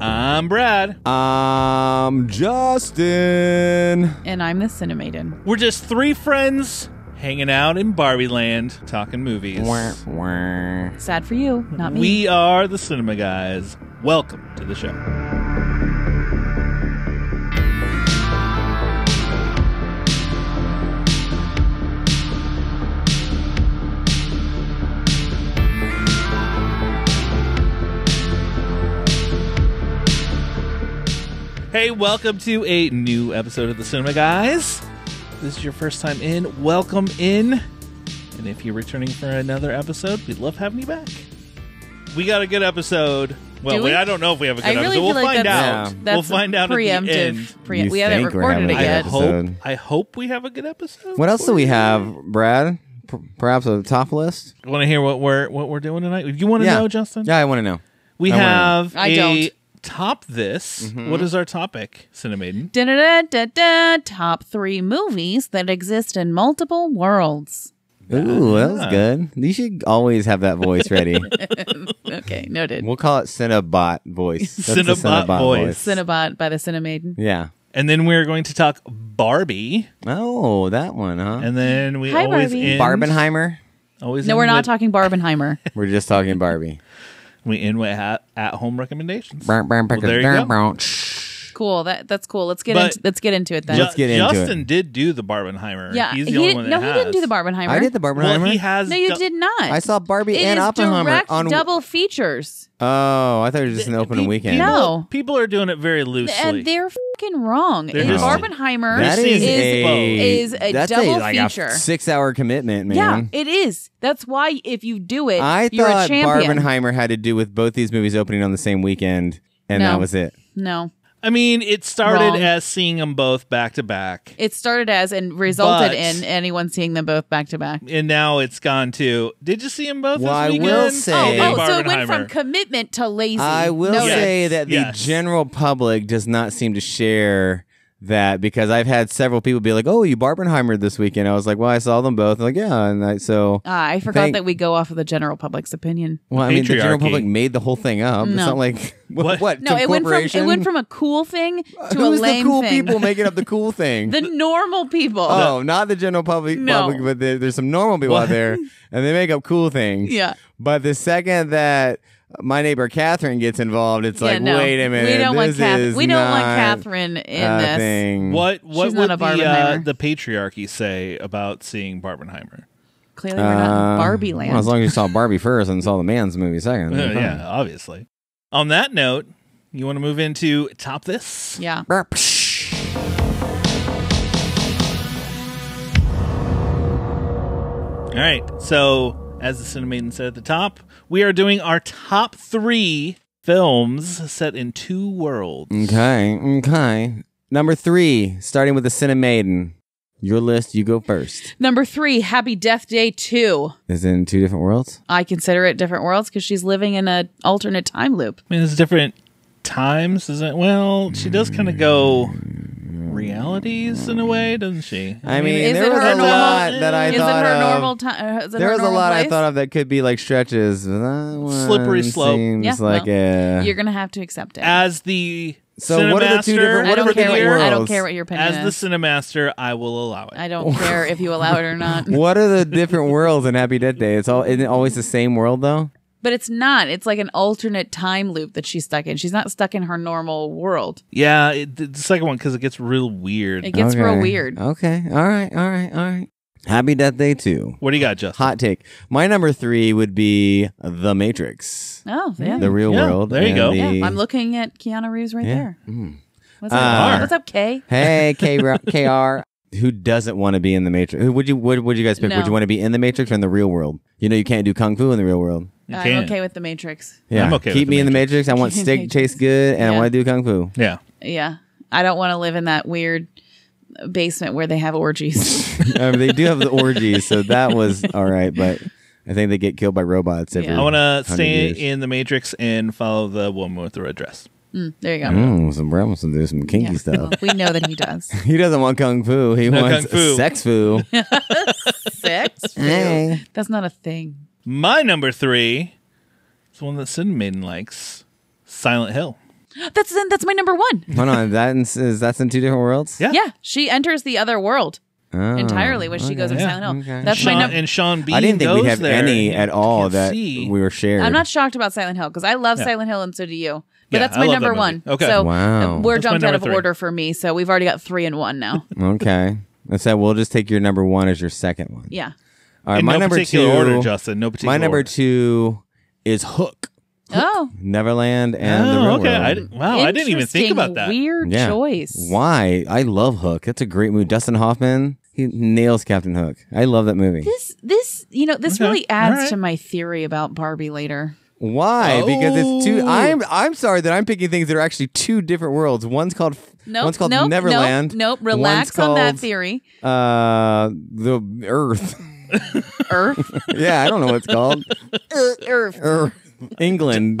I'm Brad. I'm Um, Justin. And I'm the Cinemaiden. We're just three friends hanging out in Barbie Land talking movies. Sad for you, not me. We are the Cinema Guys. Welcome to the show. Hey, welcome to a new episode of the Cinema Guys. If This is your first time in. Welcome in. And if you're returning for another episode, we'd love having you back. We got a good episode. Well, Do wait, we? I don't know if we have a good I really episode. We'll feel like find that's, out. that's we'll find out at the preemptive. end. preempt- You we haven't think we're recorded having it a good I yet. episode. hope, I hope we have a good episode. What else do we have, Brad? P- perhaps a top list? Want to hear what we're what we're doing tonight? You want to know, Justin? Yeah, I want to know. We I wanna Mm-hmm. know. have I a don't. top this. What is our topic, Cinemaiden? Da-da-da-da-da. Top three movies that exist in multiple worlds. Ooh, that was Yeah. good. You should always have that voice ready. Okay, noted. we'll call it Cinnabot voice. That's the Cinnabot voice. Cinnabot by the Cinemaiden. Yeah. And then we're going to talk Barbie. Oh, that one, huh? And then we Hi, always Barbie. end. Barbenheimer. Always No, end we're not with- talking Barbenheimer. We're just talking Barbie. We end with ha- at home recommendations. Burr, burr, burr, Well, there you burr, go. burr, shh. cool. That that's cool. Let's get But- into, let's get into it then. Ju- Let's get into it. Justin did do the Barbenheimer. yeah, he's the he only did- one that no, has. he didn't do the Barbenheimer. I did the Barbenheimer. Well, he has. No, you do- did not. I saw Barbie It and is Oppenheimer direct on double features. Oh, I thought it was just an Pe- opening weekend. People, No. people are doing it very loosely. And they're fucking wrong. They're It- just- Barbenheimer That is is, a is a that's double like a feature. six-hour commitment, man. Yeah, it is. That's why if you do it, I you're a thought champion. Barbenheimer had to do with both these movies opening on the same weekend, and No. that was it. no, I mean, it started Wrong. as seeing them both back to back, it started as and resulted But- in anyone seeing them both back to back. and now it's gone to. Did you see them both? Well, I this will weekend? say- Oh, And oh so it went from Barbenheimer. commitment to lazy. I will Noted. Yes. say that the Yes. general public does not seem to share that because I've had several people be like, "Oh, you Barbenheimer this weekend?" I was like, "Well, I saw them both." like, yeah, and I, so Ah, I forgot Thank- that we go off of the general public's opinion. well, I mean, the general Patriarchy. public made the whole thing up. It's No. not like what? What? what, No, some it went from it corporation? went from a cool thing to Uh, Who's a lame the cool thing. people making up the cool thing? the normal people. Oh, not the general public, No. public but there, there's some normal people out there, and they make up cool things. Yeah. But the second that my neighbor Catherine gets involved, it's Yeah, like, no. wait a minute, We don't want this Catherine. is We don't want not Catherine in a this. Thing. What what She's would not a the uh, Barbenheimer. the patriarchy say about seeing Barbenheimer? Clearly, we're not in Uh, Barbie land. Well, as long as you saw Barbie first and saw the man's movie second. Uh, yeah, obviously. On that note, you want to move into top this? yeah. Burp, psh. All right. So, as the Cinemaiden said at the top, we are doing our top three films set in two worlds. Okay. Okay. Number three, starting with the Cinemaiden. Your list, you go first. Number three, Happy Death Day Two. Is it in two different worlds? I consider it different worlds because she's living in an alternate time loop. I mean, it's different times, isn't it? Well, she does kind of go realities in a way, doesn't she? I mean, Is there it was her a normal- lot that I is thought it her of. normal time? there was a lot I thought of that could be like stretches. but That Slippery one slope. Seems Yeah, like a. You're gonna have to accept it. as the So what are the two Cinemaster- different- what I are don't the care. What, different I don't worlds? care what your opinion as the is. cinemaster, I will allow it. I don't care if you allow it or not. what are the different worlds in Happy Death Day? It's all isn't it always the same world though? But it's not. It's like an alternate time loop that she's stuck in. She's not stuck in her normal world. yeah, it, the second one because it gets real weird. It gets real Okay. Uh, weird. Okay. All right. All right. All right. Happy Death Day two. what do you got, Justin? Hot take. My number three would be The Matrix. Oh yeah. The real Yeah, world. there you and go. the- yeah. I'm looking at Keanu Reeves right Yeah. there. Mm. What's up? Uh, What's up, Kay? Hey, K- KR. Who doesn't want to be in the Matrix? Who would you? Would, would you guys pick? No. Would you want to be in the Matrix or in the real world? You know, you can't do kung fu in the real world. You I'm can. okay with the Matrix. Yeah, I'm okay with Keep the me in the Matrix. I want Keep me in steak Matrix. taste good, and I Yeah. want to do kung fu. Yeah. Yeah. I don't want to live in that weird basement where they have orgies. um, they do have the orgies, so that was all right. But I think they get killed by robots every. Yeah. I want to 100 stay years. in the Matrix and follow the woman with the red dress. Mm, there you go. Mm, some Brahms to do some kinky Yeah. stuff. Well, we know that he does. He doesn't want kung fu. He No wants kung fu. sex fu. Six? Hey. That's not a thing. My number three is one that Sin Maiden likes Silent Hill. That's in, that's my number one. Hold on, that in, is that's in two different worlds. Yeah. Yeah, she enters the other world Oh, entirely when she goes okay. into Silent Hill. okay. That's Sean, my number. and Sean B. I didn't think goes we have there any and at you all can't that see. we were shared. I'm not shocked about Silent Hill because I love Yeah. Silent Hill and so do you. But Yeah, that's I my love number that one. movie. Okay. So Wow. uh, we're That's my jumped out number of three. order for me. So we've already got three and one now. okay. That's that. We'll just take your number one as your second one. Yeah. All right, In my no number two. particular order, Justin. No particular my number order. two is Hook, Oh, Neverland, and the Oh, Real okay. World. I didn't- wow, I didn't even think interesting, about that. Weird Yeah. choice. Why? I love Hook. That's a great movie. Dustin Hoffman, he nails Captain Hook. I love that movie. This this you know this Okay. really adds All right. to my theory about Barbie later. Why? Because it's two. Oh. I'm I'm sorry that I'm picking things that are actually two different worlds. One's called No, one's called nope, Neverland. Nope, nope. One's relax on that called, theory. Uh, the Earth. Earth, yeah, I don't know what it's called. Er, Earth. Earth. England.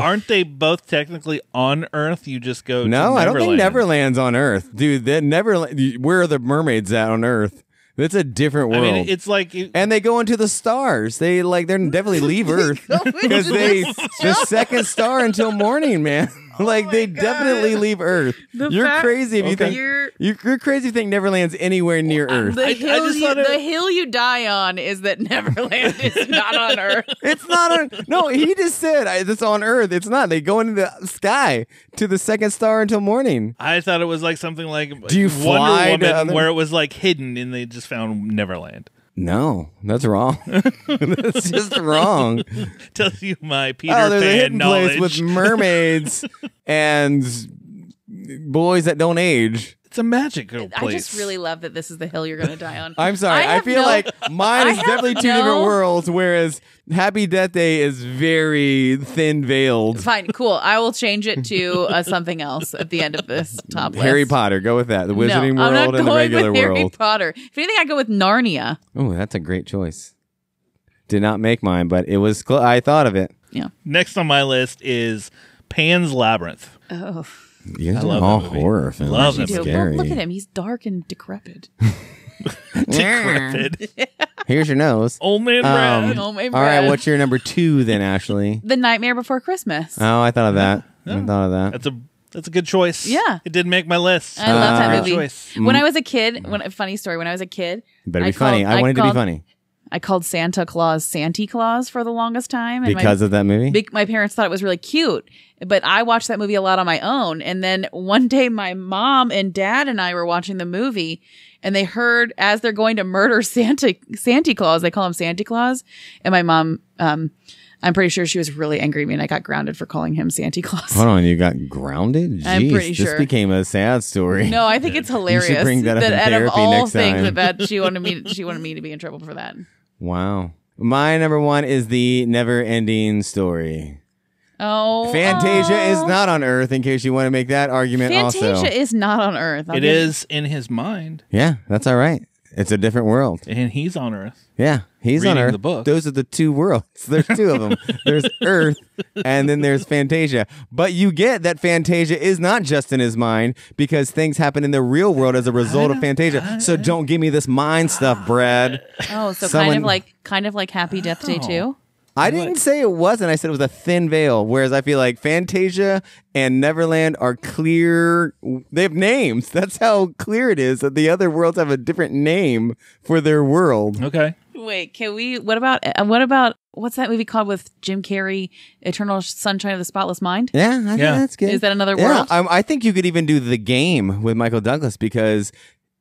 Aren't they both technically on Earth? You just go. No, to I don't think Neverland. Neverland's on Earth, dude. That Neverland. Where are the mermaids at on Earth? That's a different I world. mean, it's like it- and they go into the stars. They like they're definitely leave Earth because they the second star until morning, man. like they definitely leave Earth. The you're fact- crazy if you Okay. think You're- you're, you're crazy if you think Neverland's anywhere near Earth. The, I hill just you, thought it- the hill you die on is that Neverland is not on Earth. It's not on. No, he just said I, it's on Earth. It's not. They go into the sky to the second star until morning. I thought it was like something like Do you Wonder fly to Woman, other- where it was like hidden, and they just found Neverland. No, that's wrong. that's just wrong. Tells you my Peter oh, there's a Pan hidden knowledge. place with mermaids and boys that don't age. it's a magical place. I just really love that this is the hill you're going to die on. I'm sorry. I, have feel no- like mine I is have definitely two no- different worlds, whereas Happy Death Day is very thin veiled. Fine, cool. I will change it to uh, something else at the end of this top list. Harry Potter, go with that. The No, Wizarding I'm not World and the going regular with Harry world. Potter. If anything, I go with Narnia. Oh, that's a great choice. Did not make mine, but it was. Cl- I thought of it. Yeah. Next on my list is Pan's Labyrinth. Oh, You guys I are love all that movie. horror films. Love that It's movie. scary. look at him. He's dark and decrepit. Decrepit. Here's your nose. Old man Um, Brad. Oh, my all right, breath. what's your number two then, Ashley? The Nightmare Before Christmas. Oh, I thought of that. I thought of that. That's a that's a good choice. Yeah. it did make my list. I love Uh, that Good movie. choice. When I was a kid, when funny story, when I was a kid, Mm. Better be I funny. called- I, I wanted to called- be funny I called Santa Claus Santa Claus for the longest time, and because my, of that movie. big, my parents thought it was really cute. But I watched that movie a lot on my own, and then one day my mom and dad and I were watching the movie, and they heard as they're going to murder Santa Santa Claus, they call him Santa Claus, and my mom, um, I'm pretty sure she was really angry at me, and I got grounded for calling him Santa Claus. Hold on, you got grounded? Jeez, I'm pretty This sure. became a sad story. No, I think it's hilarious bring that up in out of therapy all next things time. that, that she wanted me she wanted me to be in trouble for that. Wow. My number one is the never ending story. Oh, Fantasia aw. is not on Earth, in case you want to make that argument Fantasia also. is not on Earth. I'll It give is in his mind, yeah, that's all right. It's a different world. and he's on Earth. Yeah, he's on Reading Earth. the book. Those are the two worlds. There's two of them. there's Earth, and then there's Fantasia. But you get that Fantasia is not just in his mind because things happen in the real world as a result of Fantasia. So don't give me this mind stuff, Brad. Oh, so kind Someone- of like kind of like Happy Death Day too. I didn't say it wasn't. I said it was a thin veil. Whereas I feel like Fantasia and Neverland are clear. They have names. That's how clear it is that the other worlds have a different name for their world. Okay, Wait, can we? What about uh, what about what's that movie called with Jim Carrey? Eternal Sunshine of the Spotless Mind. Yeah, I think Yeah. that's good. Is that another Yeah, world? I, I think you could even do the game with Michael Douglas because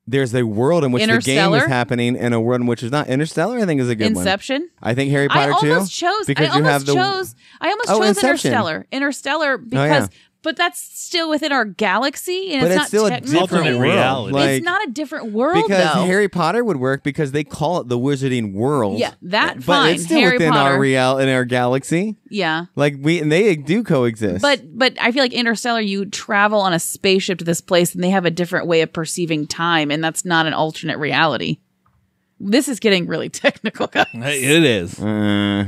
there's a world in which the game is Interstellar? happening and a world in which is not. Interstellar, I think, is a good one. Inception. I think Harry I Potter too. almost chose. because I almost you have the chose. I almost Oh, chose Inception. Oh, Interstellar. Interstellar because, but that's still within our galaxy, and but it's, it's not still a technically- different Alternate world. reality. Like, it's not a different world because though. Harry Potter would work because they call it the Wizarding World. yeah, that but fine. it's still Harry within Potter. our real in our galaxy. yeah. Like we and they do coexist. But but I feel like Interstellar, you travel on a spaceship to this place, and they have a different way of perceiving time, and that's not an alternate reality. This is getting really technical, guys. it is. Uh,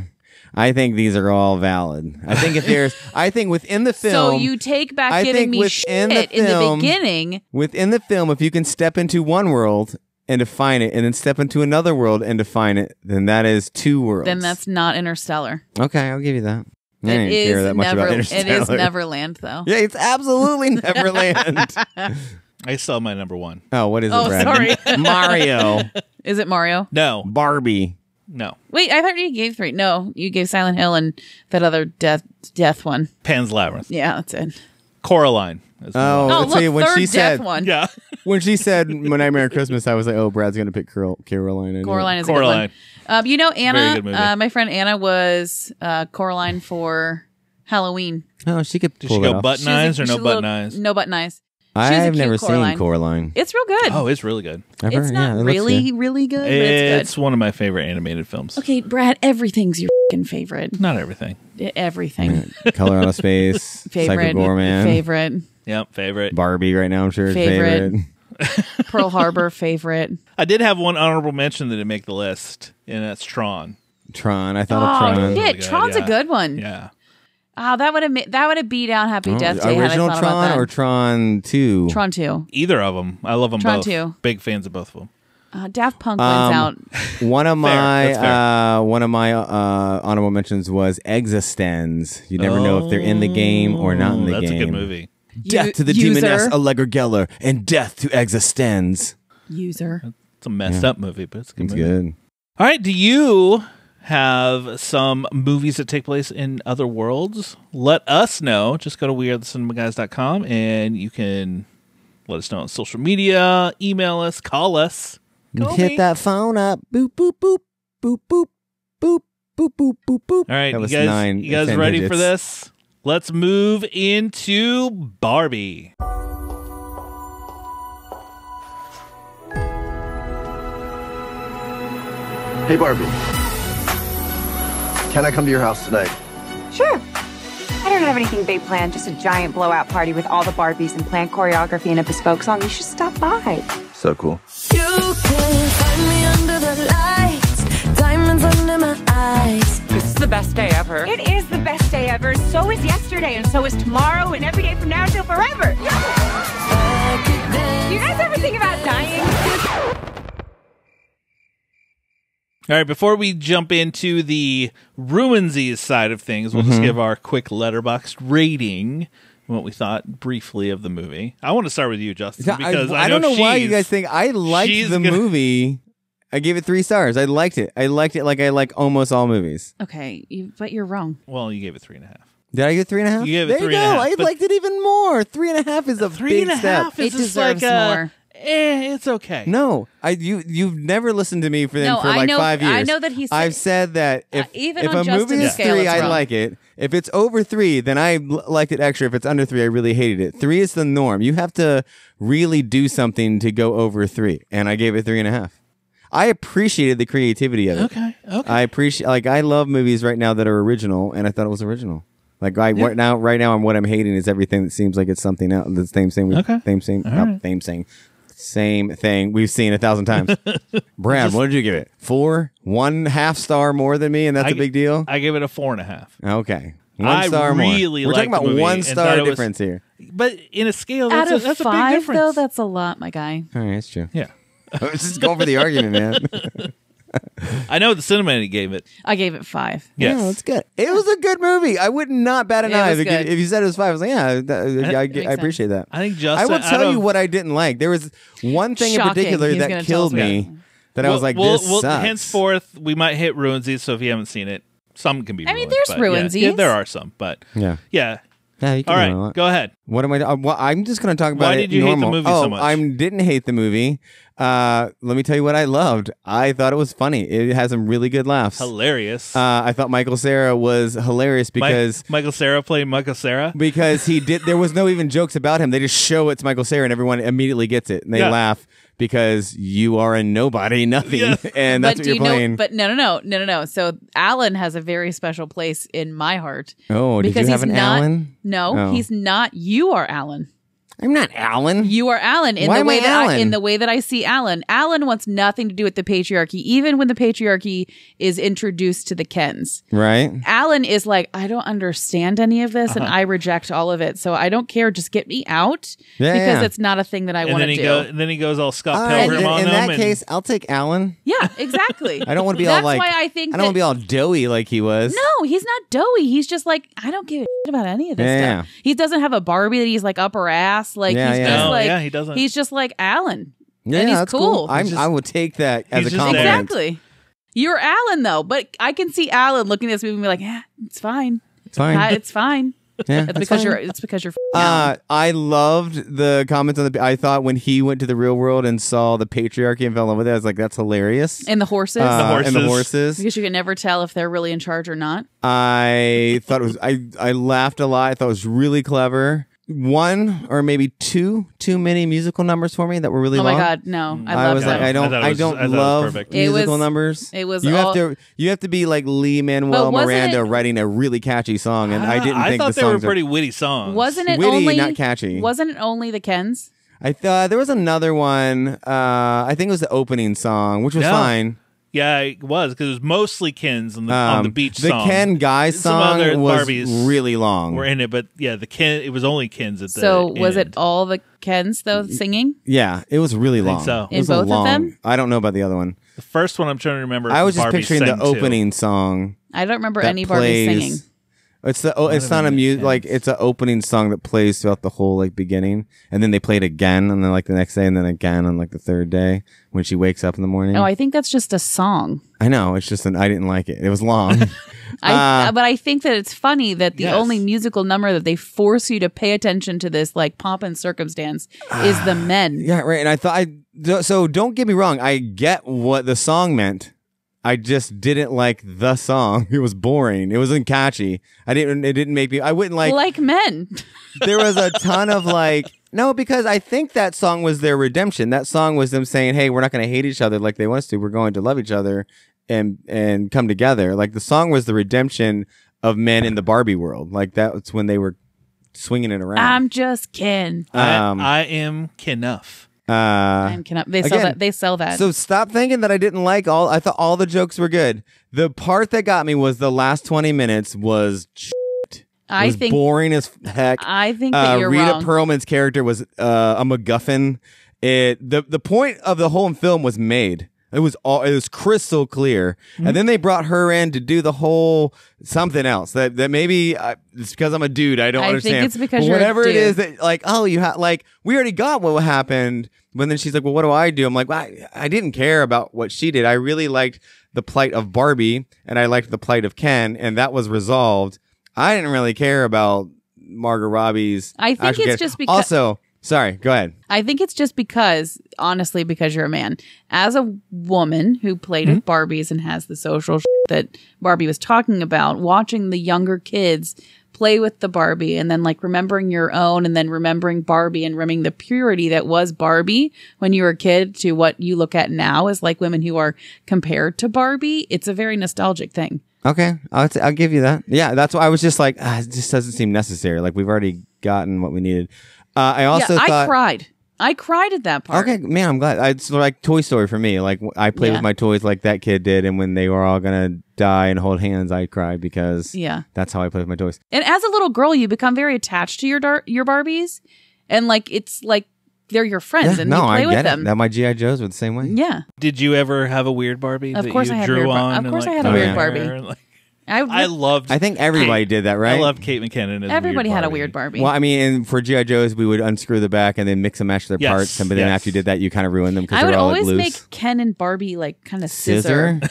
I think these are all valid. I think if there's, I think within the film, so you take back I think giving me shit within the in the film- beginning. within the film, if you can step into one world and define it, and then step into another world and define it, then that is two worlds. Then that's not Interstellar. okay. I'll give you that. I didn't it care is that much never. about It is Interstellar. Neverland, though. Yeah, it's absolutely Neverland. I still have my number one. oh, what is it, Oh, Brad? sorry. Mario, Is it Mario? No, Barbie. no. Wait, I thought you gave three. No, you gave Silent Hill and that other death death one. Pan's Labyrinth. Yeah, that's it. Coraline. Is Oh, one. Oh, I'll tell look, you, when third she death said- one. yeah. When she said "Nightmare on Christmas," I was like, "Oh, Brad's gonna pick Carol- Caroline." I knew Coraline it. is a Coraline. good one. Um, you know Very Anna, good movie. uh, my friend Anna was uh, Coraline for Halloween. Oh, she could Did pull she that go off. button She was a- eyes or she's no a little- button eyes? No button eyes. She's a I've cute never Coraline. seen Coraline. It's real good. Oh, it's really good. Ever? it's Yeah, it not looks really, really good, but it's It's one of my favorite animated films. good. Okay, Brad, everything's your fing favorite. Not everything. Everything. good. Color out of Space, Favorite. Psycho Gorman, Favorite. Yep, favorite. Barbie. Right now, I'm sure is Favorite. favorite. Pearl Harbor favorite. I did have one honorable mention that didn't make the list, and that's Tron. Tron. I thought Oh, of Tron. Really shit. good, Tron's yeah. a good one. Yeah. Oh, that would have that would have beat out Happy Oh, Death Day. original had I thought about Tron that. or Tron Two? Tron Two. Either of them. I love them Tron both. two. Big fans of both of them. Uh, Daft Punk Um, wins out. One of my that's fair. uh, one of my uh, honorable mentions was Existenz. You never know if they're in the game or not in the That's game. a good movie. Death U- to the user, demoness Allegra Geller and death to Existenz. User. It's a messed up movie, but it's a good It's movie. good. All right. Do you have some movies that take place in other worlds? Let us know. Just go to wearethecinemaguys.com and you can let us know on social media, email us, call us. Call Hit me. that phone up. Boop boop boop boop boop boop boop boop boop boop. All right. that was you guys, nine. you guys ten ready for digits. this? Let's move into Barbie. Hey, Barbie. Can I come to your house tonight? Sure. I don't have anything big planned, just a giant blowout party with all the Barbies and planned choreography and a bespoke song. You should stop by. So cool. You can find me under the lights, diamonds under my eyes. It is the best day ever. So is yesterday, and so is tomorrow, and every day from now till forever. I could dance. You guys ever think about dying? All right, before we jump into the ruinsies side of things, we'll Mm-hmm. just give our quick letterboxed rating what we thought briefly of the movie. I want to start with you, Justin, Yeah, because I, I, don't know why you she's- guys think I liked she's the gonna- movie. I gave it three stars. I liked it. I liked it like I like almost all movies. Okay, you, but you're wrong. Well, you gave it three and a half. Did I get three and a half? You gave it there three you and go. a half, I but- liked it even more. Three and a half is a Three and a big half is step. It just deserves like a, more. Eh, it's okay. No, I you you've never listened to me for them No, for I like know- five years. I know that he said- I've said that if Uh, even if on a movie Justin's is scale, three, it's I wrong. like it. If it's over three, then I l- liked it extra. If it's under three, I really hated it. Three is the norm. You have to really do something to go over three, and I gave it three and a half. I appreciated the creativity of it. Okay. Okay. I appreciate like I love movies right now that are original, and I thought it was original. Like I, right now, right now, I'm what I'm hating is everything that seems like it's something else. The same, same, Okay. same, same, not same, same, same thing we've seen a thousand times. Brad, what did you give it? Four, one half star more than me, and that's I a gi- big deal. I gave it a four and a half. okay, one I star really more. We're liked talking about the movie one and thought star it was- difference here. But in a scale, that's, Out a, of that's a big five, difference. though, that's a lot, my guy. All right, that's true. yeah. I was just going for the argument, man. I know the cinematic gave it. I gave it five. Yes. Yeah, it's good. It was a good movie. I would not bat an It eye was if, you- good. if you said it was five. I was like, yeah, that- I, I, makes I sense. appreciate that. I think Justin- I will out tell you of- what I didn't like. There was one thing Shocking. in particular He's that gonna killed tell us me. That I was like, this sucks. henceforth we might hit ruinsies. So if you haven't seen it, some can be. I mean, ruined, there's but yeah. ruinsies. Yeah, there are some, but Yeah. yeah. Yeah, you can All do right, that. go ahead. What am I? Uh, well, I'm just going to talk about Why it did you hate the normal. movie oh, so much? I didn't hate the movie. Uh, let me tell you what I loved. I thought it was funny. It has some really good laughs. Uh, Hilarious. I thought Michael Sarah was hilarious Mi- because Michael Sarah played Michael Sarah. because he did there was no even jokes about him they just show it's michael Cera and everyone immediately gets it and they Yeah. laugh because you are a nobody nothing Yeah. and that's but what do you're you playing know? But no, no, no, no, no, no. So Alan has a very special place in my heart. oh did because you have he's an not, alan No, Oh. he's not. You are Alan. I'm not Alan. You are Alan in Why the am way I that I, Alan? in the way that I see Alan. Alan wants nothing to do with the patriarchy, even when the patriarchy is introduced to the Kens. right? Alan is like, I don't understand any of this, Uh-huh. and I reject all of it. So I don't care. Just get me out Yeah, because yeah. it's not a thing that I and want to then he do. goes. And then he goes all Scott Uh, in Pilgrim on in them. that and- case, I'll take Alan. yeah, exactly. I don't want to be That's all like. why I think I don't want to that- be all doughy like he was. No, he's not doughy. He's just like I don't give a shit about any of this Yeah. stuff. He doesn't have a Barbie that he's like up her ass. Like Yeah, he's yeah. just No, like yeah, he doesn't. He's just like Alan. Yeah, And he's that's cool. I'm, He's just- I will take that as he's a just compliment. there. Exactly. You're Alan though, but I can see Alan looking at this movie and be like, "Yeah, it's fine. It's fine. Uh, it's fine. Yeah, It's that's because fine. you're. It's because you're." f***ing Alan. Uh, I loved the comments on the. I thought when he went to the real world and saw the patriarchy and fell in love with it, I was like, "That's hilarious." and the horses, Uh, and the horses. horses. because you can never tell if they're really in charge or not. I thought it was. I I laughed a lot. I thought it was really clever. One or maybe two too many musical numbers for me that were really Oh my long. god, no! I, I, love was that. like, I don't, I thought I, it was- don't I thought it was love perfect. It was- musical numbers. it was you all- have to, you have to be like Lee Manuel But wasn't Miranda it- writing a really catchy song, and I didn't Uh, I think thought the they were songs pretty witty songs. Ah, wasn't it witty, only not catchy. Wasn't it only the Kens? I thought there was another one. Uh, I think it was the opening song, which was Yeah. fine. Yeah, it was because it was mostly Kins on the, on the Um, beach. the song. Ken Guy Some song other was Barbies really long. were in it, but yeah, the Ken it was only Kins at the. So was it end. all the Kens though singing? yeah, it was really long. so. It In was a both of long- them? I don't know about the other one. the first one? I'm trying to remember. I if was just Barbie picturing sang to. the opening song I don't remember that any Barbie plays- singing. It's the oh, it's not a mu- like it's an opening song that plays throughout the whole like beginning, and then they play it again, and then like the next day, and then again on like the third day when she wakes up in the morning. No, Oh, I think that's just a song. I know it's just an I didn't like it. It was long. Uh, I, uh, but I think that it's funny that the Yes. only musical number that they force you to pay attention to this like pomp and circumstance is the men. Ah, Yeah, right. And I thought I th- so. Don't get me wrong. I get what the song meant. I just didn't like the song. It was boring. It wasn't catchy. I didn't. It didn't make me. I wouldn't like. Like, men. there was a ton of like. No, because I think that song was their redemption. That song was them saying, "Hey, we're not going to hate each other like they want us to. We're going to love each other and and come together." Like the song was the redemption of men in the Barbie world. Like that's when they were swinging it around. I'm just Ken. Um, I, I am Kenuff. uh, I'm Ken. They sell again, that. They sell that. So stop thinking that I didn't like all. I thought all the jokes were good. The part that got me was the last twenty minutes was. shit. It I was think. boring as heck. I think that Uh, you're Rita wrong. Perlman's character was uh, a MacGuffin. It the the point of the whole film was made. It was all it was crystal clear, Mm-hmm. and then they brought her in to do the whole something else that that maybe uh, it's because I'm a dude. I don't I think understand. it's because But you're a whatever it dude. is that like oh you ha- like we already got what happened. But then she's like, well, what do I do? I'm like, well, I, I didn't care about what she did. I really liked the plight of Barbie and I liked the plight of Ken, and that was resolved. I didn't really care about Margot Robbie's. I think actual it's character. just because- Also, sorry. Go ahead. I think it's just because, honestly, because you're a man. As a woman who played Mm-hmm. with Barbies and has the social sh- that Barbie was talking about, watching the younger kids play with the Barbie and then like remembering your own and then remembering Barbie and remembering the purity that was Barbie when you were a kid to what you look at now as like women who are compared to Barbie, it's a very nostalgic thing. Okay, I'll, t- I'll give you that. Yeah, that's why I was just like, ah, it just doesn't seem necessary. Like we've already gotten what we needed. Uh, I also yeah, I thought. cried. I cried at that part. Okay, man, I'm glad. I- It's like Toy Story for me. Like w- I played Yeah. with my toys like that kid did, and when they were all gonna die and hold hands, I cried because Yeah. that's how I play with my toys. And as a little girl, you become very attached to your dar- your Barbies, and like it's like they're your friends, and you no, play I with get them. it. That my GI Joes were the same way. yeah, Did you ever have a weird Barbie? Of that course you I had a drew weird Bar- on of and, course like, I had a Oh, weird yeah. Barbie. and, like- I, I loved. I think everybody Kate- did that, right? I loved Kate McKinnon. As everybody weird had a Barbie. weird Barbie. Well, I mean, and for GI Joes, we would unscrew the back and then mix and match their Yes, parts. And but then yes. after you did that, you kind of ruined them because I they would were all always like, loose. make Ken and Barbie like kind of scissor,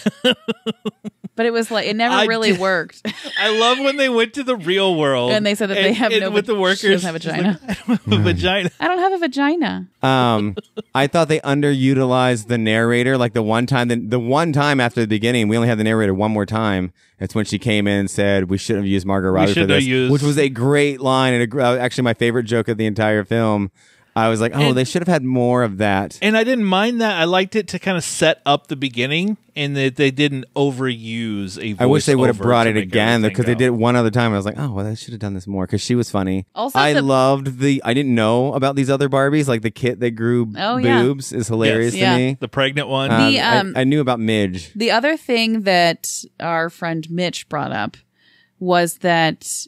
but it was like it never I really did- worked. I love when they went to the real world And they said that they have no with the vag- workers she doesn't have a she's like, I don't have a vagina. I don't have a vagina. Um, I thought they underutilized the narrator. Like the one time, the, the one time after the beginning, we only had the narrator one more time. That's when she came in and said, "We shouldn't have used Margot Robbie for shouldn't have this," used- which was a great line and a, gr- uh, actually my favorite joke of the entire film. I was like, oh, And- they should have had more of that. and I didn't mind that. I liked it to kind of set up the beginning, and that they didn't overuse a. I wish they would have voiceover brought to it make again everything because they go. did it one other time. I was like, oh, well, I should have done this more because she was funny. Also, I the- loved the. I didn't know about these other Barbies. Like the kit that grew Oh, yeah. boobs is hilarious Yes. to Yeah. me. the pregnant one. Um, The, I- um, I, knew about Midge. The other thing that our friend Mitch brought up was that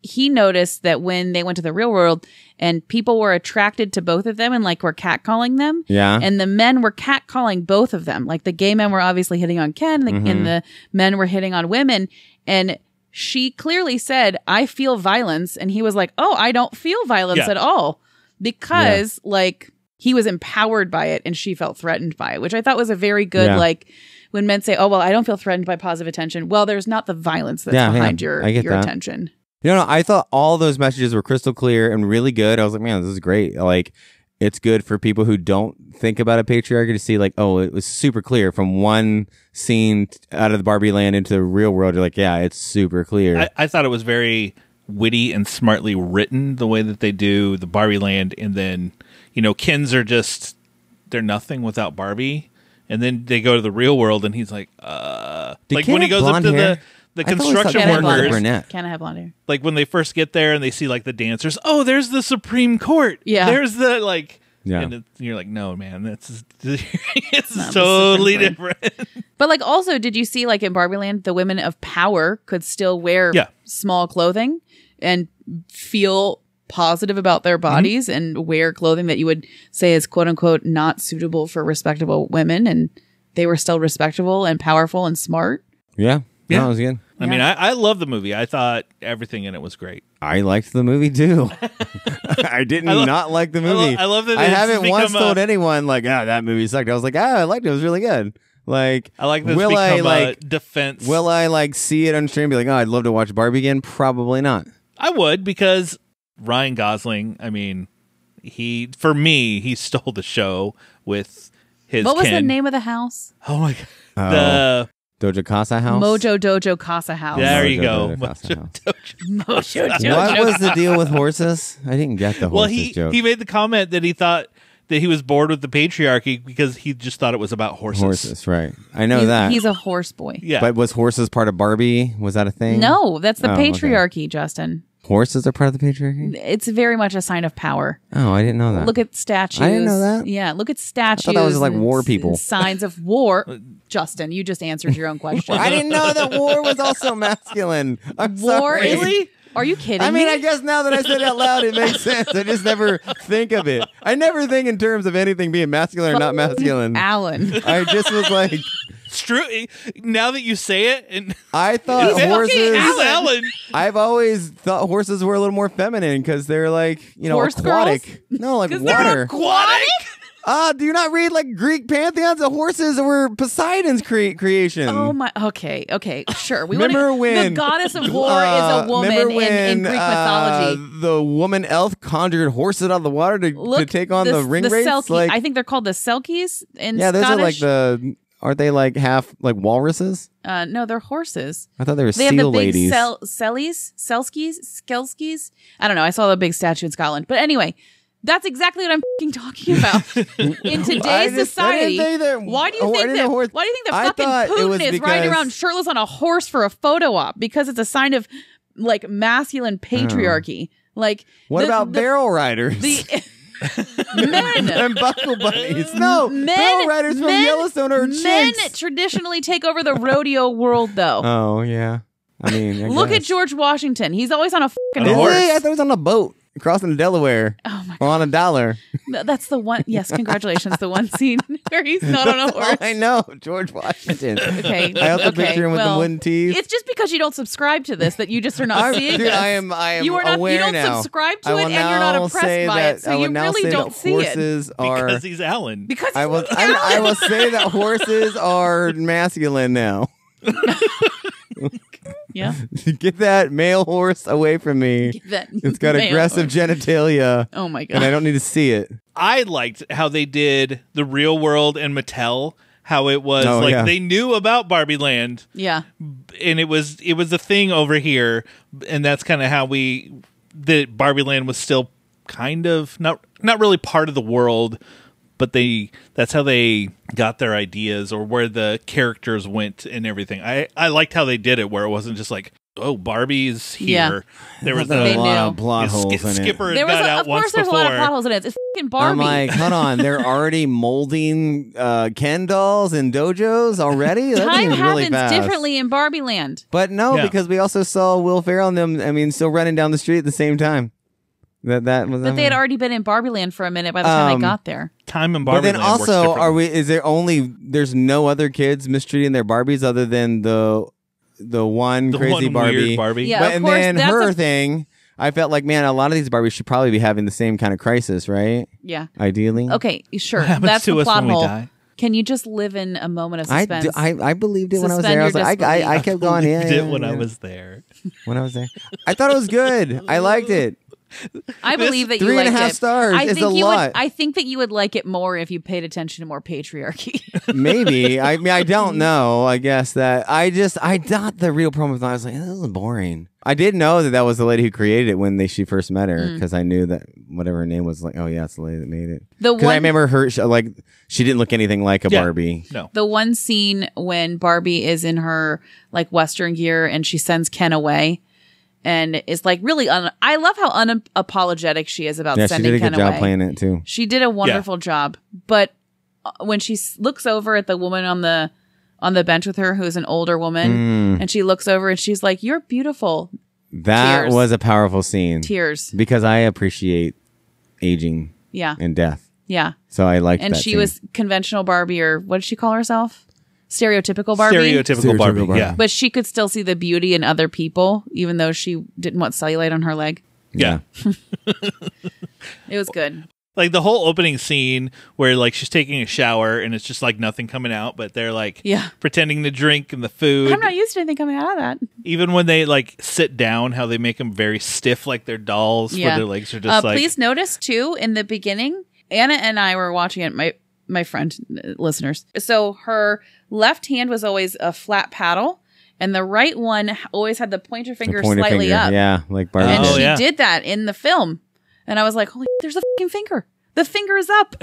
he noticed that when they went to the real world and people were attracted to both of them and like were catcalling them. Yeah. And the men were catcalling both of them. Like the gay men were obviously hitting on Ken and the, Mm-hmm. and the men were hitting on women. And she clearly said, I feel violence. And he was like, Oh, I don't feel violence Yeah. at all. Because like he was empowered by it and she felt threatened by it, which I thought was a very good, Yeah. like when men say, Oh, well, I don't feel threatened by positive attention. Well, there's not the violence that's Yeah, yeah. behind your, I get your that. attention. No, no, I thought all those messages were crystal clear and really good. I was like, man, this is great. Like, it's good for people who don't think about a patriarchy to see, like, oh, it was super clear from one scene t- out of the Barbie land into the real world. You're like, yeah, it's super clear. I, I thought it was very witty and smartly written the way that they do the Barbie Land, and then you know Kins are just they're nothing without Barbie, and then they go to the real world, and he's like, uh, Did like Ken when he have goes up blonde to hair? the the I always thought construction Ken had blonde workers, hair. brunette. Can I have blonde hair? like when they first get there and they see like the dancers. Oh, there's the Supreme Court. Yeah. there's the like. Yeah. and it, you're like, no, man, that's it's the totally Supreme different. But like, also, did you see like in Barbie Land, the women of power could still wear Yeah. small clothing and feel positive about their Mm-hmm. bodies and wear clothing that you would say is quote unquote not suitable for respectable women, and they were still respectable and powerful and smart. yeah. Yeah. No, it was good. I mean, I, I love the movie. I thought everything in it was great. I liked the movie too. I didn't not like the I lo- movie. I love that I it's haven't once become a- told anyone like, ah, that movie sucked. I was like, ah, I liked it. It was really good. Like, I like this Will become I a like? defense. Will I like see it on stream? And be like, oh, I'd love to watch Barbie again. Probably not. I would because Ryan Gosling, I mean, he for me, he stole the show with his what was the Ken. name of the house? Oh my god. The Oh. Doja Casa House. Mojo Dojo Casa House. There Mojo you go. Dojo Casa House. Mojo Dojo. Mojo Dojo. What was the deal with horses? I didn't get the horses Well, he joke. he made the comment that he thought that he was bored with the patriarchy because he just thought it was about horses. horses, right? I know He's- that. He's a horse boy. Yeah. But was horses part of Barbie? Was that a thing? No, that's the Oh, okay. patriarchy, Justin. Horses are part of the patriarchy. It's very much a sign of power. Oh, I didn't know that. Look at statues. I didn't know that. Yeah, look at statues. that was like and war s- people. Signs of war. Justin, you just answered your own question. I didn't know that war was also masculine. I'm war sorry. is- Are you kidding I mean, me? I guess now that I said it out loud, it makes sense. I just never think of it. I never think in terms of anything being masculine or not masculine. Alan. I just was like, It's true. Now that you say it and I thought He's Uh, horses. Alan. I've always thought horses were a little more feminine because they're like, you know, Horse aquatic. girls? No, like They're water. aquatic. Ah, do you not read like Greek pantheons? The horses were Poseidon's cre- creation. Oh my. Okay. Okay. Sure. We Remember wanna, when the goddess of war uh, is a woman remember in, in when, Greek uh, mythology. the woman elf conjured horses out of the water to, Look to take on the, ring the race. Selkie- like, I think they're called the Selkies in yeah, those Scottish. are like the aren't they like half like walruses? uh, no, they're horses. I thought they were seal They have the big ladies. Sel- Sellies, Selskis, Skelskis. I don't know. I saw the big statue in Scotland. But anyway, that's exactly what I'm fing talking about in I today's just- I didn't society. think that- why do you oh, I think didn't that? know horse- why do you think that I fucking thought it was Putin is riding because- around shirtless on a horse for a photo op? Because it's a sign of like masculine patriarchy. Like Hmm. what the- about the, barrel riders? the men? and buckle bunnies. No, Men, barrel riders from men- Yellowstone are men chicks. traditionally take over the rodeo world, though. Oh yeah, I mean, I Look at guess. George Washington; he's always on a fucking Is Is he? horse. I thought he was on a boat crossing the Delaware. Oh my Or on a dollar. No, That's the one. Yes, congratulations. the one scene where he's not on a horse. Oh, I know George Washington. Okay. I also okay, picture him with well, the wooden teeth. It's just because you don't subscribe to this that you just are not I'm- seeing dude, this. I am. I am You are not- you aware don't now. subscribe to I it will and you're not now oppressed say by it, that- so I will you now really say don't that see it. horses are. Because he's Alan. because I will. I, I will say that horses are masculine now. yeah. Get that male horse away from me. That It's got male- aggressive genitalia, Oh my and I god. don't need to see it. I liked how they did the real world and Mattel. How it was Oh, like yeah. they knew about Barbie Land, Yeah. and it was it was a thing over here, and that's kind of how we that Barbie Land was still kind of not not really part of the world, but they that's how they got their ideas or where the characters went and everything. I I liked how they did it where it wasn't just like oh Barbie's Yeah. here. There was There's They a the lot knew. of plot holes in it. Skipper had There was, got a, out of once course, there's before. a lot of potholes in it. It's fucking Barbie. I'm like, hold on, they're already molding uh, Ken dolls and dojos already. That Time seems really happens fast. differently in Barbie Land. But no, Yeah. because we also saw Will Ferrell and them. I mean, still running down the street at the same time. That that was. But they had already been in Barbie Land for a minute by the time Um, they got there. Time and But Barbie then Land works also, are differently. we? Is there only? There's no other kids mistreating their Barbies other than the the one the crazy one Barbie. weird Barbie? Yeah. But of and course, then that's her a- thing. I felt like, man, a lot of these Barbies should probably be having the same kind of crisis, right? Yeah. Ideally. Okay, sure. happens That's to the us plot when we hole. die? Can you just live in a moment of I, suspense? d- I I believed it when I was Suspend there. I was your like, I, I, I disbelief. kept going. Yeah, Did yeah, when I yeah. was there. when I was there. I thought it was good. I liked it. I believe that you three and liked a half it. stars I is think a you lot. Would, I think that you would like it more if you paid attention to more patriarchy. Maybe. I mean, I don't know. I guess that I just I got the real problem with. it. I was like, this is boring. I did know that that was the lady who created it when they, she first met her Mm. because I knew that whatever her name was like. Oh yeah, it's the lady that made it. The Because I one- remember her she, like she didn't look anything like a Yeah. Barbie. No. the one scene when Barbie is in her like Western gear and she sends Ken away, and it's like really. Un- I love how unapologetic she is about Yeah, she sending did a good Ken job away. playing it too. She did a wonderful job, but uh, when she s- looks over at the woman on the on the bench with her, who's an older woman, and she looks over and she's like, "You're beautiful." That Tears. was a powerful scene Tears. because I appreciate aging Yeah, and death, yeah. so I liked. and that she scene. was conventional Barbie, or what did she call herself? Stereotypical Barbie. Stereotypical Stereotypical Barbie. Barbie. Yeah. But she could still see the beauty in other people, even though she didn't want cellulite on her leg. Yeah. It was good. Like the whole opening scene where like she's taking a shower and it's just like nothing coming out, but they're like Yeah. pretending to drink and the food. I'm not used to anything coming out of that. Even when they like sit down, how they make them very stiff, like they're dolls, Yeah. where their legs are just uh, like. please notice too in the beginning, Anna and I were watching it. My my friend, uh, listeners. So her left hand was always a flat paddle, and the right one h- always had the pointer The finger pointer slightly finger. up. Yeah, like Barbie. And Oh, she yeah. did that in the film, and I was like, "Holy, there's a fucking finger! The finger is up."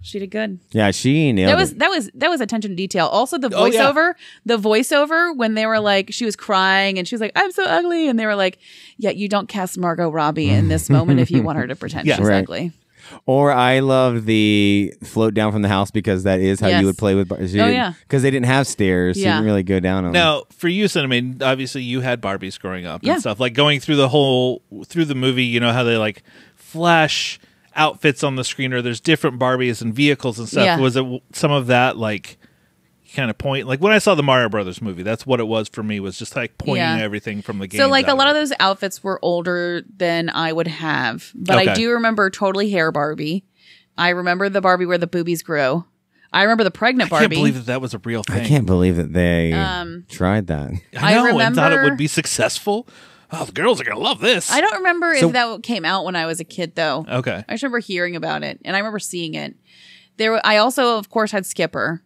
she did good. Yeah, she nailed That was it. that was that was attention to detail. Also, the Oh, yeah. voiceover, the voiceover when they were like, she was crying and she was like, "I'm so ugly," and they were like, "Yeah, you don't cast Margot Robbie in this moment if you want her to pretend Yeah. she's Right. ugly." Or I loved the float down from the house because that is how Yes. you would play with. Bar- oh yeah. because they didn't have stairs. so Yeah. you didn't really go down on. them. now, for you, Cinnamon, obviously you had Barbies growing up Yeah. and stuff. Like going through the whole through the movie, you know how they like flash outfits on the screen, or there's different Barbies and vehicles and stuff. Yeah. Was it w- some of that like kind of point? Like when I saw the Mario Brothers movie, that's what it was for me. Was just like pointing Yeah. everything from the game. So, like a lot of those outfits were older than I would have, but Okay. I do remember totally hair Barbie. I remember the Barbie where the boobies grew. I remember the pregnant I can't Barbie. believe that that was a real thing. I can't believe that they Um, tried that. I I know, and thought it remember- would be successful. Oh, the girls are gonna love this. I don't remember So- if that came out when I was a kid, though. Okay. I just remember hearing about it, and I remember seeing it. There, were, I also, of course, had Skipper,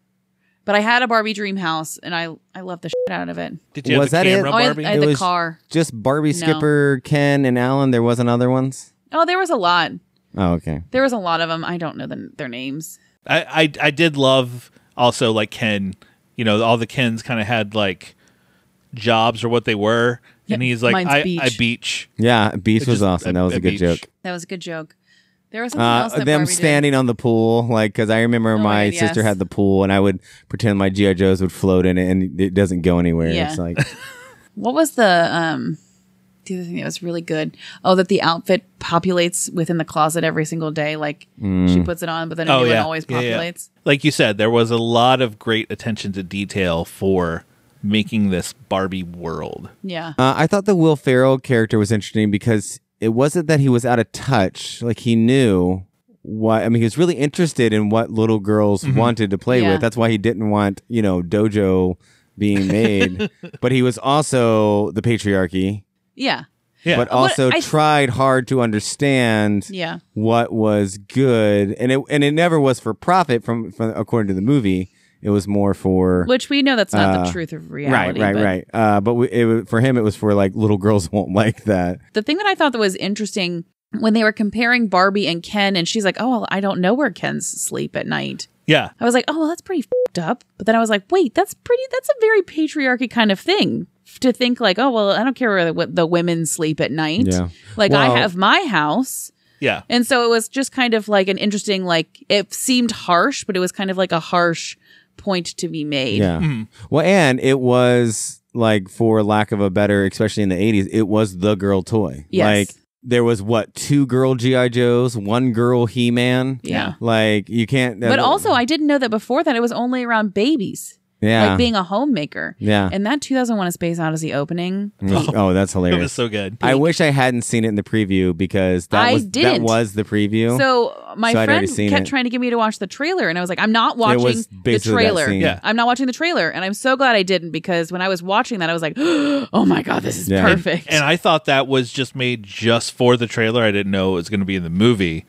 but I had a Barbie dream house, and I I loved the shit out of it. Did you Was have that the it? camera Oh, I, Barbie? I had It the was- car. Just Barbie, Skipper, Ken, and Alan. There wasn't other ones. Oh, there was a lot. Oh, okay. There was a lot of them. I don't know the, their names. I, I I did love also like Ken. You know, all the Kens kind of had like jobs or what they were, and Yeah, he's like, mine's I beach. I beach. Yeah, Beach It was just- awesome. That was a a good beach. joke. That was a good joke. There was something else Uh, that them Barbie did. standing on the pool, like because I remember my God, sister yes. had the pool, and I would pretend my GI Joes would float in it, and it doesn't go anywhere. Yeah. It's like What was the um the other thing that was really good? Oh, that the outfit populates within the closet every single day. Like Hmm. she puts it on, but then a Oh new yeah, one always Yeah, yeah. populates. Like you said, there was a lot of great attention to detail for making this Barbie world. Yeah. Uh, I thought the Will Ferrell character was interesting because it wasn't that he was out of touch; like he knew what. I mean, he was really interested in what little girls wanted to play Yeah. with. That's why he didn't want, you know, dojo being made. but he was also the patriarchy, Yeah. Yeah. but But, uh, What also I- tried hard to understand Yeah. what was good, and it and it never was for profit. From, from according to the movie, it was more for Which we know that's not the truth of Uh, right, reality. right, but right. Uh, but we, it, wa- for him, it was for like little girls won't like that. The thing that I thought that was interesting when they were comparing Barbie and Ken, and she's like, "Oh, well, I don't know where Ken's sleep at night." Yeah. I was like, "Oh, well, that's pretty fed up." But then I was like, "Wait, that's pretty. That's a very patriarchy kind of thing to think like, oh, well, I don't care where the, what the women sleep at night. Yeah. Like Well- I have my house." Yeah. And so it was just kind of like an interesting, like it seemed harsh, but it was kind of like a harsh point to be made. Yeah. Mm-hmm. Well, and it was like, for lack of a better, especially in the 80s, it was the girl toy. Yes. Like, there was what, two girl G.I. Joes, one girl He Man? Yeah. Like, you can't. uh, But also, I didn't know that before that it was only around babies, yeah. like being a homemaker. Yeah. And that 2001: A Space Odyssey opening, oh, that's It hilarious. was so good. I wish I hadn't seen it in the preview because that I was that didn't. was the preview. So my So I'd already friend seen kept it. trying to get me to watch the trailer, and I was like, "I'm not watching was the basically that trailer. scene. Yeah. I'm not watching the trailer." And I'm so glad I didn't because when I was watching that, I was like, "Oh my god, this is Yeah. perfect." And I thought that was just made just for the trailer. I didn't know it was going to be in the movie,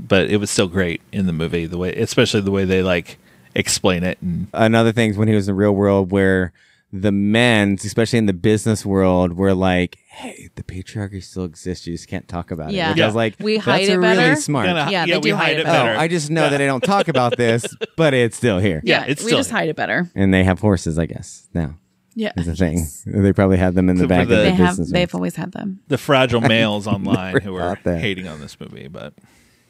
but it was still great in the movie. The way, especially the way they like explain it and Another thing is when he was in the real world where the men, especially in the business world, were like, "Hey, the patriarchy still exists. You just can't talk about Yeah. it." Which I Yeah. was like, We "That's hide it really better." smart." Kinda- Yeah, they do hide it oh, better. I just know that I don't talk about this, but it's still here. yeah, it's we still- just hide it better. And they have horses, I guess. Now Yeah, is the thing. They probably had them in the So for back the- of Um, they the have. business. They've always had them. the fragile males online who are thought that. hating on this movie, but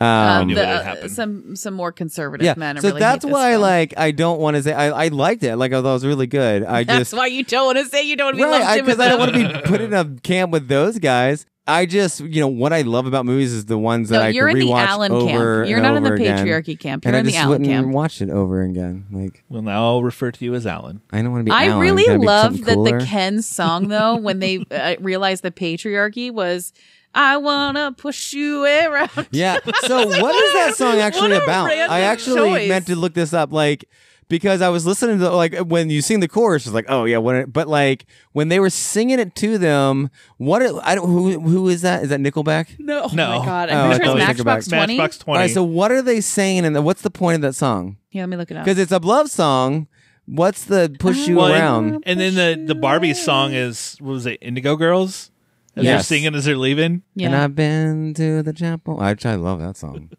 Um, knew the- that would happen. some some more conservative yeah, men. so really that's hate this why, film. like, I don't want to say I, I liked it. Like, I thought it was really good. I That's just why you don't want to say you don't want to be right lumped in with because I, don't them. want to be put in a camp with those guys. I just, you know, what I love about movies is the ones No, that I you're could in the rewatch Allen camp. over You're and not in the over again. patriarchy camp. And You're I in the just Allen wouldn't camp. watch it over again. Like we'll now I'll refer to you as Alan. I don't want to be. I Allen. really Gotta be love something that the cooler. Ken song though when they uh, realized the patriarchy was I wanna push you around. Yeah. So what is that song actually What a about? random I actually choice. meant to look this up, like because I was listening to like when you sing the chorus, it's like oh yeah, what? a- But like when they were singing it to them, what? a- I don't. Who who is that? Is that Nickelback? No, oh No. my god, Oh, I'm I pretty sure totally it's think about Matchbox it. Twenty. Matchbox All Twenty. right. So what are they saying? And what's the point of that song? Here, let me look it up. Because it's a love song. What's the push you Well, around? and then the the Barbie song is what was it? Indigo Girls. As they're Yes. singing as they're leaving. And yeah, I've been to the chapel. I, I love that song.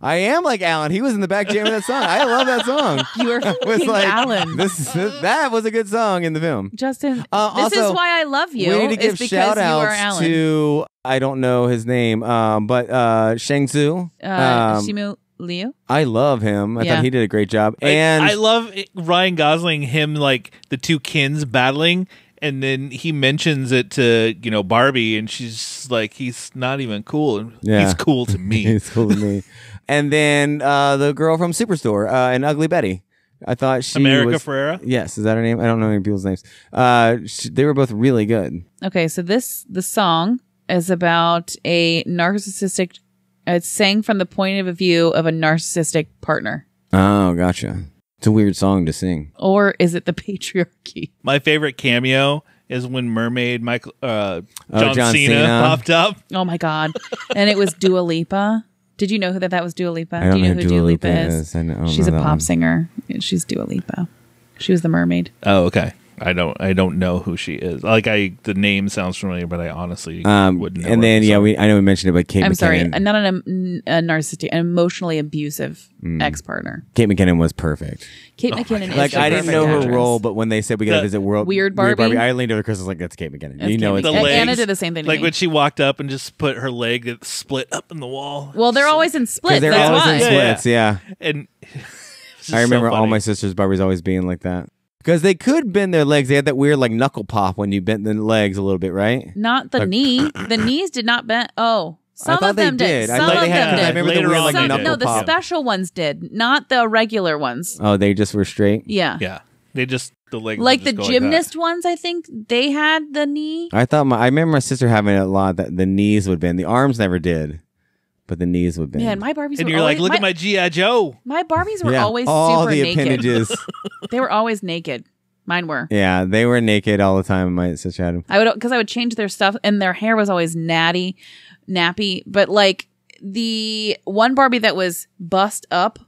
I am like Alan. He was in the back jamming that song. I love that song. you were It was fucking like Alan. This, this- that was a good song in the film. Justin, Uh, this also, is why I love you. we need to give is because shout you are outs Alan. to I don't know his name, um, but uh, Shang Tzu. uh, Um, Shimu Liu. I love him. I Yeah. thought he did a great job. Like, And I love it- Ryan Gosling him like the two kins battling and then he mentions it to, you know, Barbie and she's just like he's not even cool and Yeah. he's cool to me. It's cool to me. And then uh, the girl from Superstore uh, and Ugly Betty. I thought she America was- Ferrera? Yes, is that her name? I don't know any people's names. Uh, sh they were both really good. Okay, so this the song is about a narcissistic. It's sang from the point of view of a narcissistic partner, Oh, gotcha. It's a weird song to sing. or is it the patriarchy? My favorite cameo is when Mermaid Michael uh Oh, John, John Cena, Cena. popped up. Oh my god! and it was Dua Lipa. Did you know who that that was Dua Lipa? I don't Do you know, know who Dua, Lipa, is? I know- I don't She's know a that pop one. singer. She's Dua Lipa. She was the mermaid. Oh, okay. I don't I don't know who she is. Like I the name sounds familiar, but I honestly Um, wouldn't know. her, and then so- yeah, we I know we mentioned it, but Kate I'm sorry, McKinnon. not an, um, a narcissistic, an emotionally abusive Mm. ex partner. Kate McKinnon was perfect. Kate McKinnon. Is Like the Oh, I didn't perfect know her actress. role, but when they said we got to The- visit World Weird Barbie? I leaned over to Chris. I was like, "That's Kate McKinnon." That's you know, Kate it's the McKinnon. legs, Anna did the same thing to Like me. when she walked up and just put her leg that split up in the wall. Well, they're always in split. because they're That's always why. in Yeah, yeah. splits. Yeah, and it's just I so remember all funny. my sisters' Barbies always being like that because they could bend their legs. They had that weird like knuckle pop when you bent the legs a little bit, right? Not the Like- knee. The knees did not bend. Oh, some I thought of them they did. Some I thought of they had. them 'cause I did. remember the Later weird on like they Some- did. knuckle no, the pop. special ones did, not the regular ones. oh, they just were straight. Yeah. Yeah, they just the legs would Like the just go that. gymnast ones, I think they had the knee. I thought my I remember my sister having it a lot that the knees would bend. The arms never did, but the knees would bend. Man, my Barbies and were you're like, always, look at my GI Joe. my Barbies were yeah, always all super the naked. appendages. They were always naked. Mine were. yeah, they were naked all the time. My sister had them. I would because I would change their stuff, and their hair was always natty, nappy. But like the one Barbie that was bust up,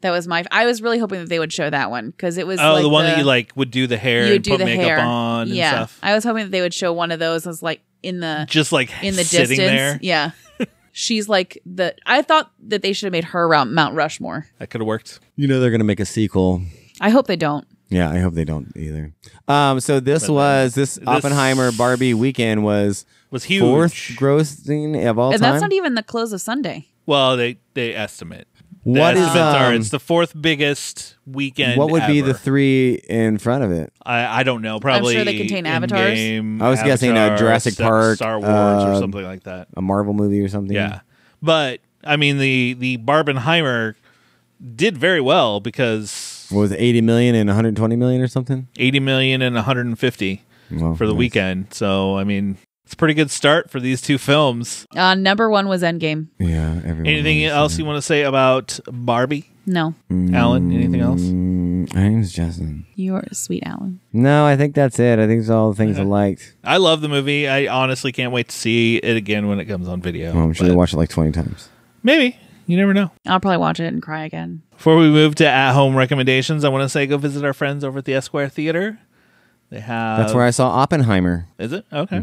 that was my. I was really hoping that they would show that one because it was. Oh, like the one that you like would do the hair You and do put the makeup hair. on and yeah, stuff. I was hoping that they would show one of those. as like in the Just like in the sitting distance. there. Yeah. she's like the. I thought that they should have made her around Mount Rushmore. That could have worked. You know they're gonna make a sequel. I hope they don't. Yeah, I hope they don't either. Um, so this was this, Oppenheimer Barbie weekend was Was huge. fourth grossing of all and time. that's not even the close of Sunday. Well, they they estimate. The What is, estimates are um, it's the fourth biggest weekend. what would be the ever. three in front of it? I, I don't know. Probably they contain avatars. in-game I was guessing, uh, Avatar, Jurassic Star- Park, Star Wars, or uh, something like that. A Marvel movie or something? Yeah, but I mean the the Barbenheimer did very well because What was it, 80 million and 120 million or something? eighty million and one hundred and fifty Well, for the nice. weekend. So I mean, it's a pretty good start for these two films. Uh, number one was Endgame. Yeah. Everyone Anything else you want to say about Barbie, No, Alan? Anything else? Mm, My name's Justin. you are sweet, Alan. No, I think that's it. I think it's all the things I liked. I love the movie. I honestly can't wait to see it again when it comes on video. Well, Oh, I'm sure But they watched it like 20 times. Maybe you never know. I'll probably watch it and cry again. Before we move to at home recommendations, I want to say go visit our friends over at the Esquire Theater. They have. That's where I saw Oppenheimer. Is it okay?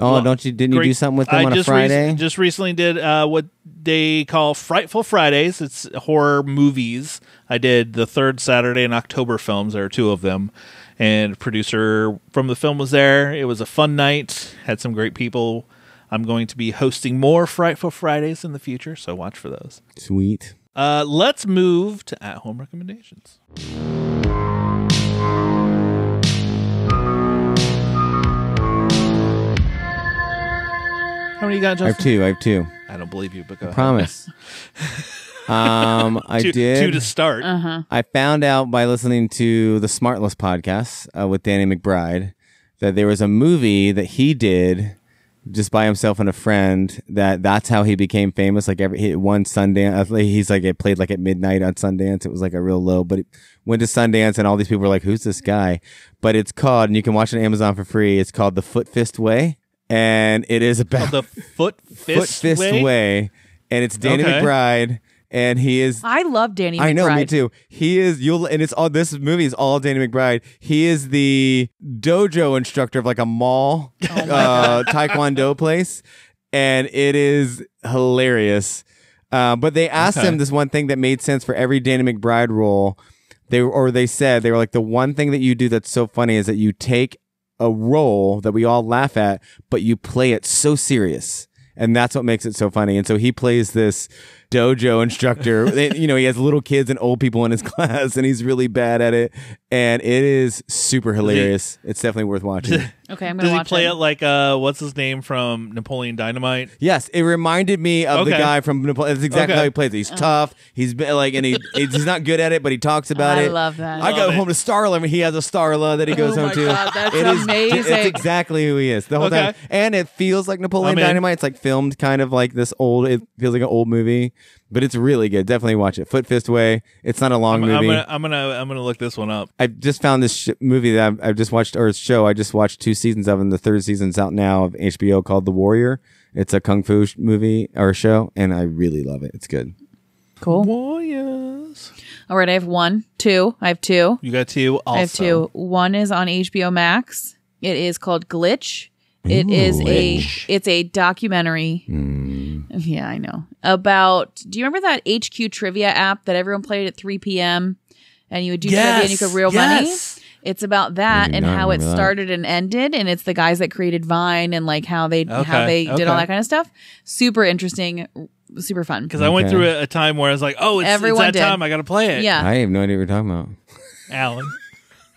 Oh, don't you? Didn't you do something with them I on a just rec- Friday? just recently did uh, what they call Frightful Fridays. It's horror movies. I did the third Saturday in October films. There are two of them, and producer from the film was there. It was a fun night. Had some great people. I'm going to be hosting more Frightful Fridays in the future, so watch for those. Sweet. Uh, let's move to at home recommendations. How many you got, I have Justin? two. I have two. I don't believe you, but go ahead. Promise. um, I Two, did. two to start. Uh-huh. I found out by listening to the Smartless podcast uh, with Danny McBride that there was a movie that he did just by himself and a friend that that's how he became famous like every he won sundance I think he's like it played like at midnight on sundance it was like a real low but it went to sundance and all these people were like who's this guy but it's called and you can watch it on amazon for free it's called the foot fist way and it is about The foot fist, foot fist way? and it's danny Okay. mcbride and he is I love Danny. I know, me McBride. too. He is you'll and it's all this movie is all Danny McBride. He is the dojo instructor of like a mall Oh uh, taekwondo place, and it is hilarious. Uh, but they asked Okay. him this one thing that made sense for every Danny McBride role. They were, or they said they were like the one thing that you do that's so funny is that you take a role that we all laugh at, but you play it so serious. And that's what makes it so funny. And so he plays this dojo instructor. And, you know, he has little kids and old people in his class, and he's really bad at it. And it is super hilarious. it's definitely worth watching. Okay, I'm gonna Does he watch play it. it like uh, what's his name from Napoleon Dynamite? yes, it reminded me of the Okay. guy from Napoleon. That's exactly Okay. how he plays it. Oh. He's tough. He's been, like, and he he's not good at it, but he talks about I it. love that. I go Love it. home to Starla, and he has a Starla that he goes home Oh my to. God, that's It is- amazing. It's exactly who he is the whole Okay. time, and it feels like Napoleon I'm in. Dynamite. It's like filmed kind of like this old. It feels like an old movie, but it's really good. Definitely watch it. Foot Fist Way. It's not a long I'm movie. gonna I'm gonna I'm gonna look this one up. I just found this sh- movie that I've, I've just watched, or show I just watched two seasons of, and the third season's out now of HBO called The Warrior. It's a kung fu sh- movie or show, and I really love it. It's good. Cool. Warriors. All right, I have one, two. I have two. You got two. Also. I have two. One is on HBO Max. It is called Glitch. It is a it's a documentary. Hmm. Yeah, I know. About do you remember that HQ trivia app that everyone played at 3 p.m. and you would do trivia and you could reel Yes. money? It's about that do and not how it remember that. started and ended, and it's the guys that created Vine and like how they how Okay, they did all okay. that kind of stuff. Super interesting, super fun. Because I went through a, a time where I was like, oh, it's, it's Everyone that did. time. I got to play it. Yeah, I have no idea what you're talking about. Alan.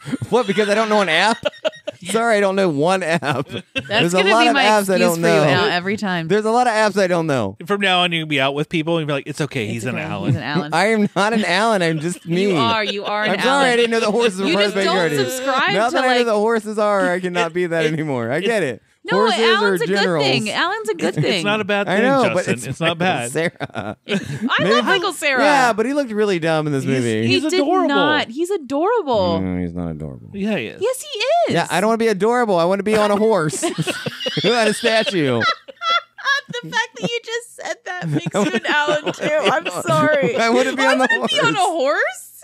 What? Because I don't know an app. Sorry, I don't know one app. that's There's gonna a lot be of my apps excuse I for don't you know. now every time. There's a lot of apps I don't know. From now on, you can be out with people and be like, it's okay. he's It's an okay. Alan. He's an Alan. I am not an Alan. I'm just me. You are. You are an I'm Alan. sorry, I didn't know the horses were You part just of the don't Guardian. subscribe Now to, that I know like- the horses are, I cannot be that anymore. I get it. No, horses Alan's are a generals. good thing. Alan's a good thing. It's not a bad thing, I know, Justin. but it's, not Michael bad. Sarah. I love Michael Sarah. Yeah, but he looked really dumb in this movie. he He's did adorable. not. He's adorable. No, he's not adorable. Yeah, he is. Yes, he is. Mm. Yeah, I don't want to be adorable. I want to be on a horse, not a statue. The fact that you just said that makes you an Alan too. I'm sorry. I want to be on the horse. Be on a horse?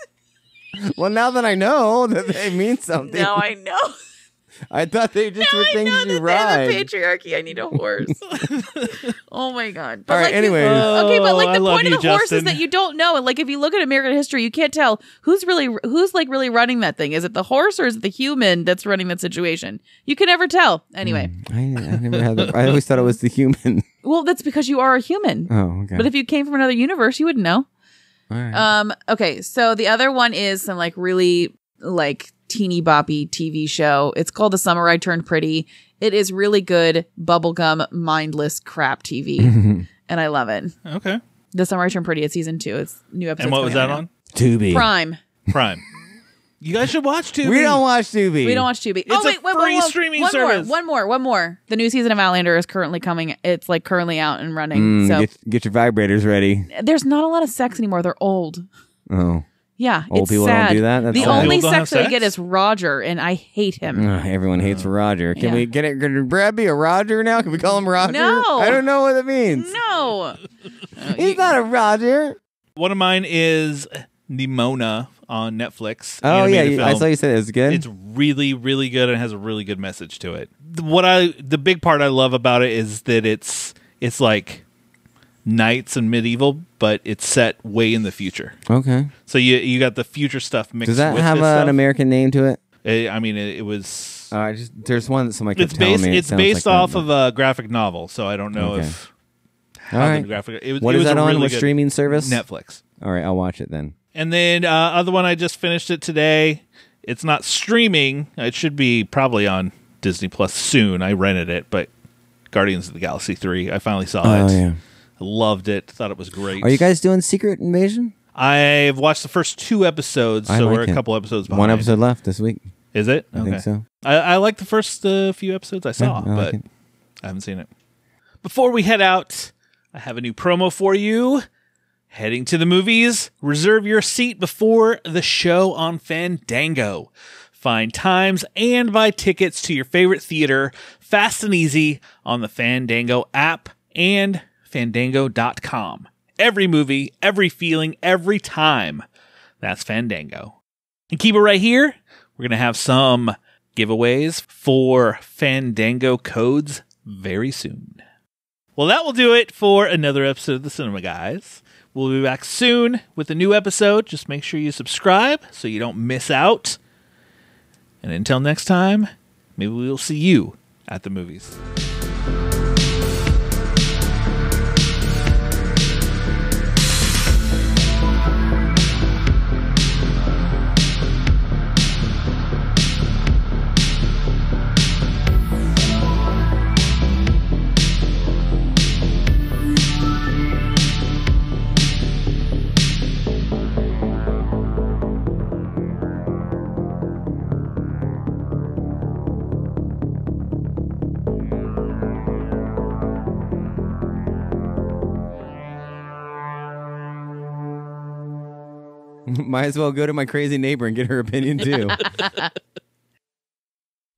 Well, now that I know that they mean something, No, I know. I thought they just Now were I things know you that ride. there's a patriarchy. I need a horse. oh my god! But All right, like, you- anyways. okay, but Oh, like I the love point of you, the horse is Justin. that you don't know. And like, if you look at American history, you can't tell who's really who's like really running that thing. Is it the horse or is it the human that's running that situation? You can never tell. Anyway, I, I never had that. I always thought it was the human. Hmm. well, that's because you are a human. Oh, okay. But if you came from another universe, you wouldn't know. All right. Um, okay, so the other one is some like really like teeny boppy TV show. It's called The Summer I Turned Pretty. It is really good bubblegum mindless crap TV. and I love it. Okay. The Summer I Turned Pretty, it's season two. It's new episode. And what was that on? Tubi. Prime. Prime. You guys should watch Tubi. We don't watch Tubi. We don't watch Tubi. It's oh a wait, wait, wait, free wait, streaming one service. more, one more, one more. The new season of Outlander is currently coming. It's like currently out and running. Mm, so get, get your vibrators ready. there's not a lot of sex anymore. They're old. Oh, Yeah, Old it's people don't sad. do that? That's the sad. only People don't have sex, that I sex? get is Roger, and I hate him. Ugh, everyone hates Roger. Can Yeah. we get it? Can Brad be a Roger now? Can we call him Roger? No. I don't know what it means. No. He's not a Roger. One of mine is Nimona on Netflix. Oh yeah, animated you, I film. saw you said it was good. It's really, really good and has a really good message to it. The- What I the big part I love about it is that it's it's like knights and medieval, but it's set way in the future. okay. So you you got the future stuff mixed. Does that with have this an stuff. American name to it? Eh, I mean, it, it was. Uh, I just there's one that somebody kept it's based. telling me. it It's sounds based like off that. of a graphic novel, so I don't know Okay. if All how right. the graphic. It, was- What it is was that a on? Really what good- streaming service? Netflix. All right, I'll watch it then. And then uh, other one I just finished it today. It's not streaming. It should be probably on Disney Plus soon. I rented it, but Guardians of the Galaxy three. I finally saw it. I loved it. Thought it was great. Oh, Are you guys doing Secret Invasion? I've watched the first two episodes, I so like we're a it. couple episodes behind. One episode left this week. Is it? I think so. I, I like the first uh, few episodes I saw, Yeah, I like but it. I haven't seen it. Before we head out, I have a new promo for you. Heading to the movies, reserve your seat before the show on Fandango. Find times and buy tickets to your favorite theater fast and easy on the Fandango app and fandango.com. Every movie, every feeling, every time. That's Fandango. And keep it right here. We're going to have some giveaways for Fandango codes very soon. Well, that will do it for another episode of The Cinema Guys. We'll be back soon with a new episode. Just make sure you subscribe so you don't miss out. And until next time, maybe we'll see you at the movies. Might as well go to my crazy neighbor and get her opinion too.